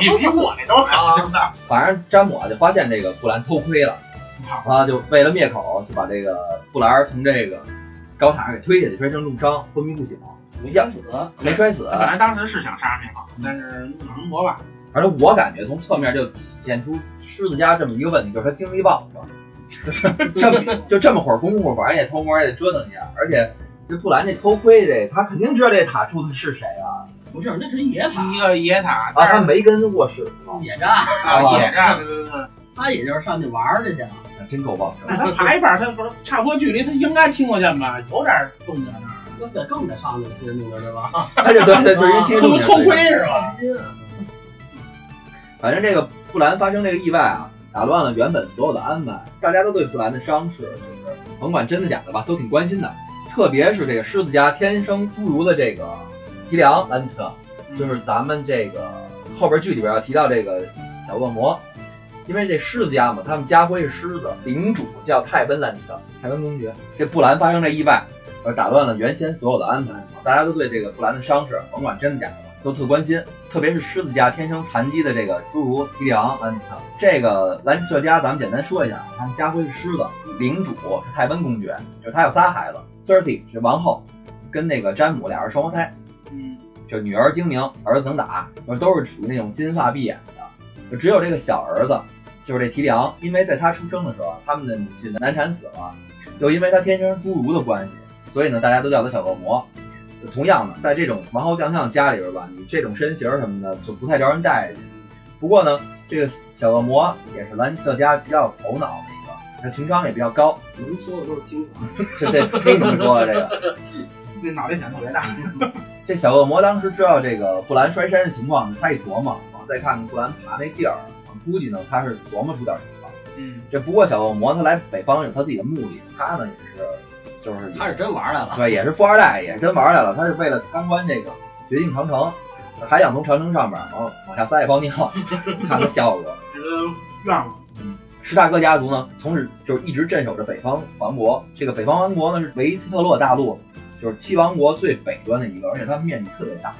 Speaker 3: 你比我那都狠，真的。
Speaker 5: 反正詹姆啊就发现这个布兰偷窥了，然后就为了灭口，就把这个布兰从这个高塔上给推下去，摔成重伤，昏迷不醒。没
Speaker 6: 想
Speaker 5: 样
Speaker 6: 死，
Speaker 5: 没摔死，
Speaker 3: 本来当时是想杀灭好，但是怒脑争夺吧，
Speaker 5: 反正我感觉从侧面就体现出狮子家这么一个问题，就是他精力旺盛， [laughs] 就是这么就这么会儿功夫，反正也偷摸也得折腾一下，而且这布兰这偷窥这，他肯定知道这塔住的是谁啊？
Speaker 6: 不是那是野
Speaker 3: 第
Speaker 6: 法
Speaker 3: 一个野塔，
Speaker 5: 啊，
Speaker 3: 但
Speaker 5: 他
Speaker 3: 是
Speaker 5: 没跟卧室是吧？
Speaker 6: 野战，
Speaker 3: 啊野战，对对
Speaker 5: [laughs]
Speaker 3: 对，
Speaker 6: 他也就是上去玩儿去去了。
Speaker 5: 那啊真够旺盛
Speaker 3: 那。他爬一半，他不是差不多距离，他应该听得见吧？有点动静那儿，
Speaker 6: 那得更得上去，这弄的对吧？
Speaker 5: 他就对对对，因为听
Speaker 3: 偷
Speaker 5: 众
Speaker 3: 偷窥是吧？
Speaker 6: 啊
Speaker 5: 反正这个布兰发生这个意外啊，打乱了原本所有的安排。大家都对布兰的伤势，就是甭管真的假的吧，都挺关心的。特别是这个狮子家天生侏儒的这个提梁兰尼斯特，
Speaker 3: 嗯
Speaker 5: 就是咱们这个后边剧里边要提到这个小恶魔，因为这狮子家嘛，他们家徽是狮子，领主叫泰温兰尼斯特，泰温公爵。这布兰发生这意外，而打乱了原先所有的安排，大家都对这个布兰的伤势，甭管真的假的吧，都特关心。特别是狮子家天生残疾的这个侏儒提里昂兰尼斯特，这个兰尼斯特家，咱们简单说一下，他们家徽是狮子，领主是泰温公爵，就是他有仨孩子 t h i r t y 是王后，跟那个詹姆俩人双胞胎，
Speaker 3: 嗯，
Speaker 5: 就是女儿精明，儿子能打，就是都是属于那种金发碧眼的，就只有这个小儿子，就是这提里昂，因为在他出生的时候，他们的母亲难产死了，又因为他天生侏儒的关系，所以呢，大家都叫他小恶魔。同样呢，在这种王侯将相家里边吧，你这种身形什么的就不太招人待见。不过呢，这个小恶魔也是兰尼斯特家比较有头脑的一个，他情商也比较高，
Speaker 6: 能说的都是精华。
Speaker 5: 这这忒能说了啊这个。
Speaker 3: 这脑袋显特别大，
Speaker 5: 这小恶魔当时知道这个布兰摔山的情况，他一琢磨，然后再看看布兰爬那地儿，啊估计呢他是琢磨出点什么了。
Speaker 3: 嗯，
Speaker 5: 这不过小恶魔他来北方有他自己的目的，他呢也是就是
Speaker 6: 他是真玩儿来了，
Speaker 5: 对，也是富二代，也是真玩儿来了。他是为了参观这个绝境长城，还想从长城上面往往下撒一泡尿， [laughs] 看看效果。
Speaker 3: 这个愿望，
Speaker 5: 石大哥家族呢，从始就是一直镇守着北方王国。这个北方王国呢是维斯特洛大陆，就是七王国最北端的一个，而且它面积特别大，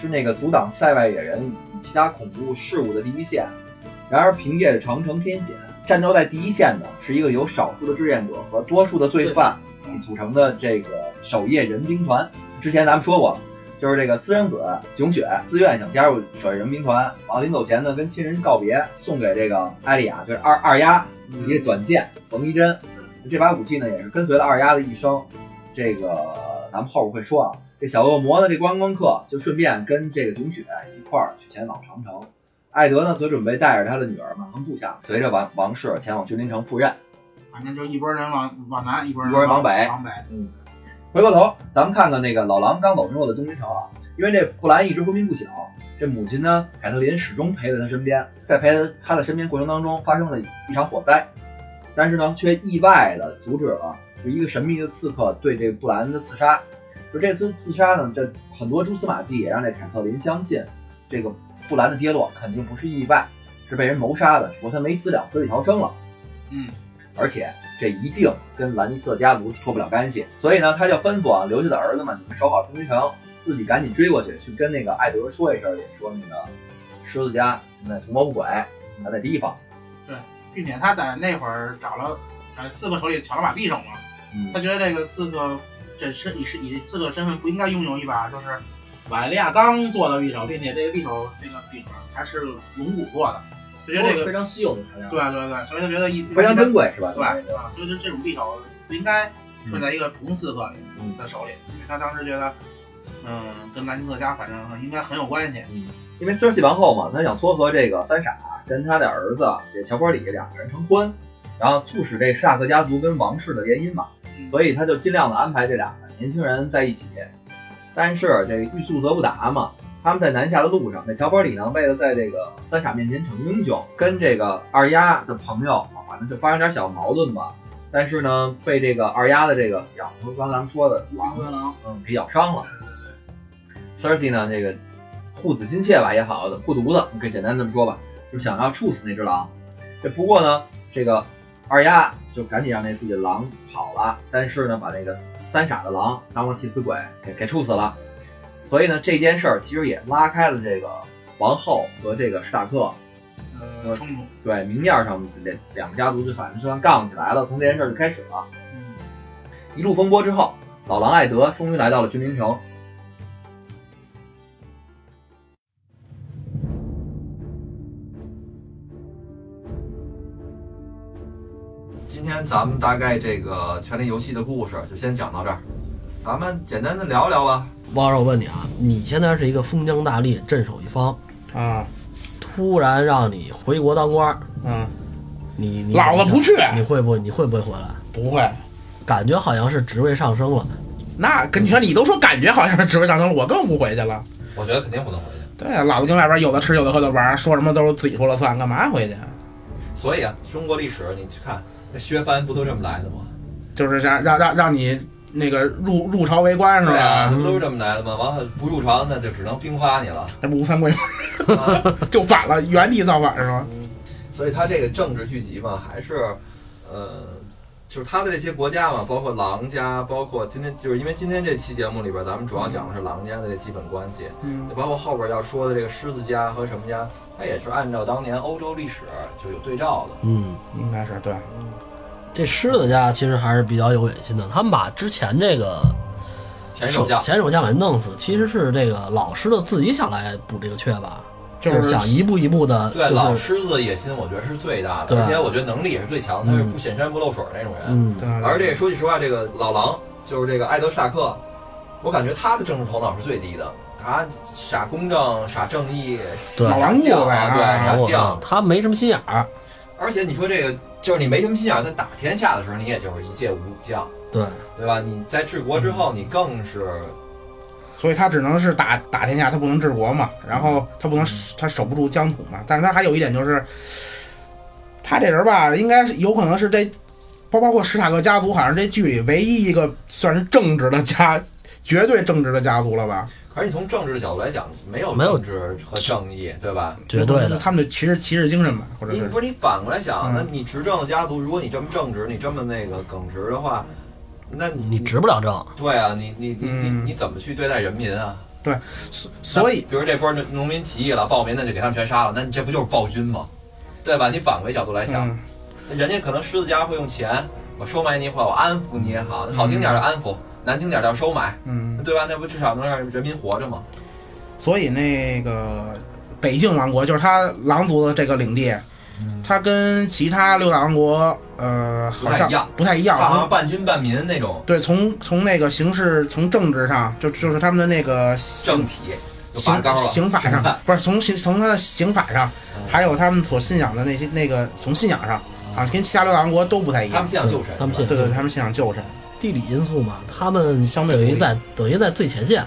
Speaker 5: 是那个阻挡塞外野人与其他恐怖事物的第一线。然而，凭借着长城天险，战斗在第一线的是一个由少数的志愿者和多数的罪犯嗯组成的这个守夜人兵团。之前咱们说过，就是这个私生子囧雪自愿想加入守夜人兵团，然后临走前呢跟亲人告别，送给这个艾丽亚，就是二二丫一个短剑缝衣针。这把武器呢也是跟随了二丫的一生。这个咱们后边会说啊。这小恶魔呢，这观光客就顺便跟这个囧雪一块儿去前往长城。艾德呢，则准备带着他的女儿满航部下，随着王王室前往君临城赴任。
Speaker 3: 反正就一拨人往往南，一拨
Speaker 5: 一拨人
Speaker 3: 人
Speaker 5: 往北
Speaker 3: 往北，
Speaker 5: 回过头，咱们看看那个老狼刚走之后的东林城啊，因为这布兰一直昏迷不醒，这母亲呢，凯特琳始终陪在他身边，在陪他的身边过程当中，发生了一场火灾，但是呢，却意外的阻止了就一个神秘的刺客对这个布兰的刺杀。就这次自杀呢，这很多蛛丝马迹也让这凯特琳相信，这个布兰的跌落肯定不是意外，是被人谋杀的，只不过他没死了，死里逃生了。
Speaker 3: 嗯，
Speaker 5: 而且这一定跟兰尼斯特家族脱不了干系，所以呢，他就吩咐啊留下的儿子们，你们守好通讯城，自己赶紧追过去，去跟那个艾德说一声，也说那个狮子家你们图谋不轨，你们得提防。
Speaker 3: 并且他在那会儿找了，呃，刺客手里抢了把匕首嘛，
Speaker 5: 嗯
Speaker 3: 他觉得这个刺客这身以是以刺客身份不应该拥有一把就是瓦利亚钢做的匕首，并且这个匕首这个柄啊还是龙骨做的，就觉得这
Speaker 6: 非
Speaker 3: 个
Speaker 6: 常稀有的材料。
Speaker 3: 对啊对对，所以他觉得一
Speaker 5: 非常珍贵是吧？
Speaker 3: 对吧？对吧所以就这种匕首不应该
Speaker 5: 嗯
Speaker 3: 攥在一个普通刺客
Speaker 5: 嗯
Speaker 3: 的手里，因为他当时觉得，嗯，跟兰尼斯特家反正应该很有关系，
Speaker 5: 因为 c e r s e 王后嘛，她想撮合这个三傻跟她的儿子这乔波里两个人成婚，
Speaker 7: 然后促使这沙克家族跟王室的联姻嘛，
Speaker 3: 嗯
Speaker 7: 所以他就尽量的安排这俩年轻人在一起。但是这欲速则不达嘛，他们在南下的路上，这乔巴里呢，为了在这个三傻面前逞英雄，跟这个二丫的朋友啊，反正就发生点小矛盾吧。但是呢，被这个二丫的这个咬，刚才咱们说的狼
Speaker 6: 原狼，
Speaker 7: 嗯，给咬伤了。Cersei 呢，这个护子心切吧也好，护犊子，你可以简单这么说吧，就是想要处死那只狼。这不过呢，这个二丫就赶紧让那自己的狼跑了，但是呢，把那个三傻的狼当了替死鬼给给处死了。所以呢，这件事儿其实也拉开了这个王后和这个史塔克
Speaker 3: 呃，冲突，
Speaker 7: 对明面上这两个家族就反正就算杠起来了，从这件事儿就开始了。一路风波之后，老狼艾德终于来到了君临城，
Speaker 5: 今天咱们大概这个《权力游戏》的故事就先讲到这儿，咱们简单的聊聊吧。
Speaker 2: 王老师，我问你啊，你现在是一个封疆大吏，镇守一方，
Speaker 8: 啊，
Speaker 2: 突然让你回国当官儿，
Speaker 8: 嗯，
Speaker 2: 你你
Speaker 8: 老子不去
Speaker 2: 你会不会你会不会回来？
Speaker 8: 不会。
Speaker 2: 感觉好像是职位上升了，
Speaker 8: 那跟你说，你都说感觉好像是职位上升了，我更不回去了。
Speaker 5: 我觉得肯定不能回去。
Speaker 8: 对啊，老子跟外边有的吃有的喝的玩，说什么都是自己说了算，干嘛回去？
Speaker 5: 所以啊，中国历史你去看，那削藩不都这么来的吗？
Speaker 8: 就是让让让让你那个入入朝为官是
Speaker 5: 对啊，
Speaker 2: 嗯
Speaker 8: 吧？
Speaker 5: 那不都是这么来的吗？完了不入朝，那就只能兵发你了。
Speaker 8: 这不吴三桂吗
Speaker 5: 啊
Speaker 8: 就反了，原地造反是吧？
Speaker 5: 所以他这个政治剧集嘛，还是，呃，就是他的这些国家嘛，包括狼家，包括今天就是因为今天这期节目里边，咱们主要讲的是狼家的这基本关系，
Speaker 8: 嗯，
Speaker 5: 包括后边要说的这个狮子家和什么家，它也是按照当年欧洲历史就有对照的。
Speaker 2: 嗯。
Speaker 8: 应该是对。
Speaker 2: 这狮子家其实还是比较有野心的，他们把之前这个
Speaker 5: 前手下
Speaker 2: 前手下给弄死，其实是这个老狮子自己想来补这个缺吧，
Speaker 8: 就
Speaker 2: 就是想一步一步的，
Speaker 5: 对老
Speaker 2: 就是
Speaker 5: 狮子野心，我觉得是最大的，
Speaker 2: 对
Speaker 5: 而且我觉得能力也是最强，他是不显山不露水那种人。
Speaker 2: 嗯，
Speaker 8: 对
Speaker 5: 而这说句实话，这个老狼就是这个艾德·沙克，我感觉他的政治头脑是最低的，他傻公正、傻正义、
Speaker 2: 对
Speaker 5: 傻
Speaker 8: 老顽固
Speaker 5: 犟
Speaker 8: 呗
Speaker 5: 啊对，
Speaker 8: 啊
Speaker 5: 傻
Speaker 2: 我
Speaker 5: 犟。
Speaker 2: 他没什么心眼儿，
Speaker 5: 而且你说这个，就是你没什么心眼儿，在打天下的时候，你也就是一介武将，
Speaker 2: 对，
Speaker 5: 对吧？你在治国之后，
Speaker 8: 嗯
Speaker 5: 你更是
Speaker 8: 所以他只能是打打天下，他不能治国嘛，然后他不能他守不住疆土嘛。但是他还有一点就是，他这人吧，应该是有可能是这，包包括史塔克家族，好像是这剧里唯一一个算是正直的家，绝对正直的家族了吧？
Speaker 5: 可是你从政治的角度来讲，没有
Speaker 2: 没有
Speaker 5: 政治和正义，对吧？
Speaker 2: 绝对的，
Speaker 8: 他们的骑士骑士精神吧，或者
Speaker 5: 你
Speaker 8: 是
Speaker 5: 不是你反过来想，
Speaker 8: 嗯
Speaker 5: 那你执政的家族，如果你这么正直，你这么那个耿直的话，那
Speaker 2: 你执不了政，
Speaker 5: 对啊，你你你你
Speaker 8: 嗯
Speaker 5: 你怎么去对待人民啊？
Speaker 8: 所所以
Speaker 5: 那比如这波农农民起义了，暴民，那就给他们全杀了，那你这不就是暴君吗？对吧？你反过来角度来想，
Speaker 8: 嗯，
Speaker 5: 人家可能狮子家会用钱，我收买你也好，我安抚你也好，好听点儿叫安抚，难听点儿叫收买，
Speaker 8: 嗯，
Speaker 5: 对吧？那不至少能让人民活着吗？
Speaker 8: 所以那个北境王国就是他狼族的这个领地。他跟其他六大王国，呃，好
Speaker 5: 嗯不太
Speaker 8: 像
Speaker 5: 一样
Speaker 8: 不太一样，
Speaker 5: 好像半君半民那种
Speaker 8: 对，从从那个形式，从政治上，就就是他们的那个
Speaker 5: 政
Speaker 8: 刑
Speaker 5: 体就拔
Speaker 8: 刑
Speaker 5: 高了，
Speaker 8: 刑法
Speaker 5: 是吧嗯
Speaker 8: 上，不是从刑从他的刑法上，还有他们所信仰的那些那个从信仰上啊，跟其他六大王国都不太一
Speaker 5: 他
Speaker 8: 样
Speaker 5: 们。信仰旧神，
Speaker 2: 嗯他们信
Speaker 5: 是吧
Speaker 2: 仰
Speaker 8: 对对，他们信仰旧神，
Speaker 2: 地理因素嘛，他们
Speaker 8: 相对
Speaker 2: 等
Speaker 8: 独
Speaker 2: 于
Speaker 8: 立
Speaker 2: 在等于在最前线，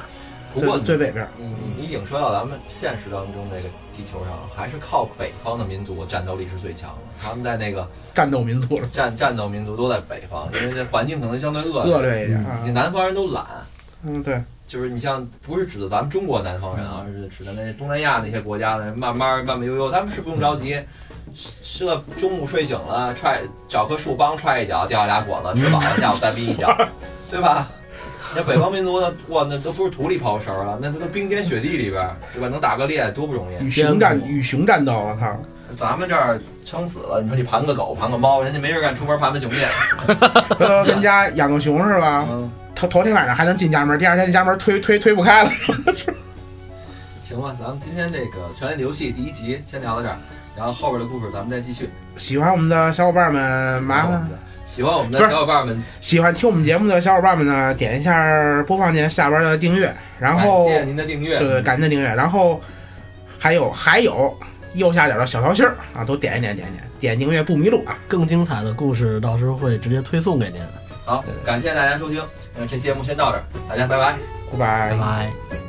Speaker 5: 不过
Speaker 8: 对最北边儿。
Speaker 5: 你你你影射到咱们现实当中这个地球上，还是靠北方的民族战斗力是最强的。他们在那个
Speaker 8: 战斗民族了
Speaker 5: 战战斗民族都在北方，因为这环境可能相对恶劣。
Speaker 8: 恶劣一点
Speaker 5: 你
Speaker 8: 啊，
Speaker 5: 南方人都懒，
Speaker 8: 嗯，对，
Speaker 5: 就是你像不是指的咱们中国南方人啊，而是指的那东南亚那些国家呢，慢慢慢慢悠悠，他们是不用着急。吃了中午睡醒了，踹找棵树帮踹一脚，掉下俩果子，吃饱了下午再逼一脚，对吧？那北方民族呢，哇，那都不是土里刨食儿了，那都冰天雪地里边儿，对吧？能打个猎多不容易。
Speaker 8: 与熊战
Speaker 2: 艰苦
Speaker 8: 与熊战斗，我操！
Speaker 5: 咱们这儿撑死了，你说你盘个狗，盘个猫，人家没事干，出门盘盘熊去。
Speaker 8: 回头跟家
Speaker 5: [laughs]
Speaker 8: 养个熊是吧？
Speaker 5: 嗯，
Speaker 8: 头头天晚上还能进家门，第二天家门推推推不开了。
Speaker 5: 行吧，咱们今天这个《权力的游戏》第一集先聊到这儿，然后后边的故事咱们再继续。
Speaker 8: 喜欢我们的小伙伴们，呃麻烦
Speaker 5: 喜欢我们的
Speaker 8: 不是
Speaker 5: 小伙伴们，
Speaker 8: 喜欢听我们节目的小伙伴们呢，点一下播放键下边的订阅，然
Speaker 5: 感
Speaker 8: 后
Speaker 5: 谢您的订阅。
Speaker 8: 对感谢订阅，然后还有还有右下角的小桃心儿啊，都点一点，点一点，点订阅不迷路啊。
Speaker 2: 更精彩的故事到时候会直接推送给您，
Speaker 5: 呃好，感谢大家收听，那这节目先到这儿，大家拜拜。
Speaker 8: 拜拜
Speaker 2: 拜拜。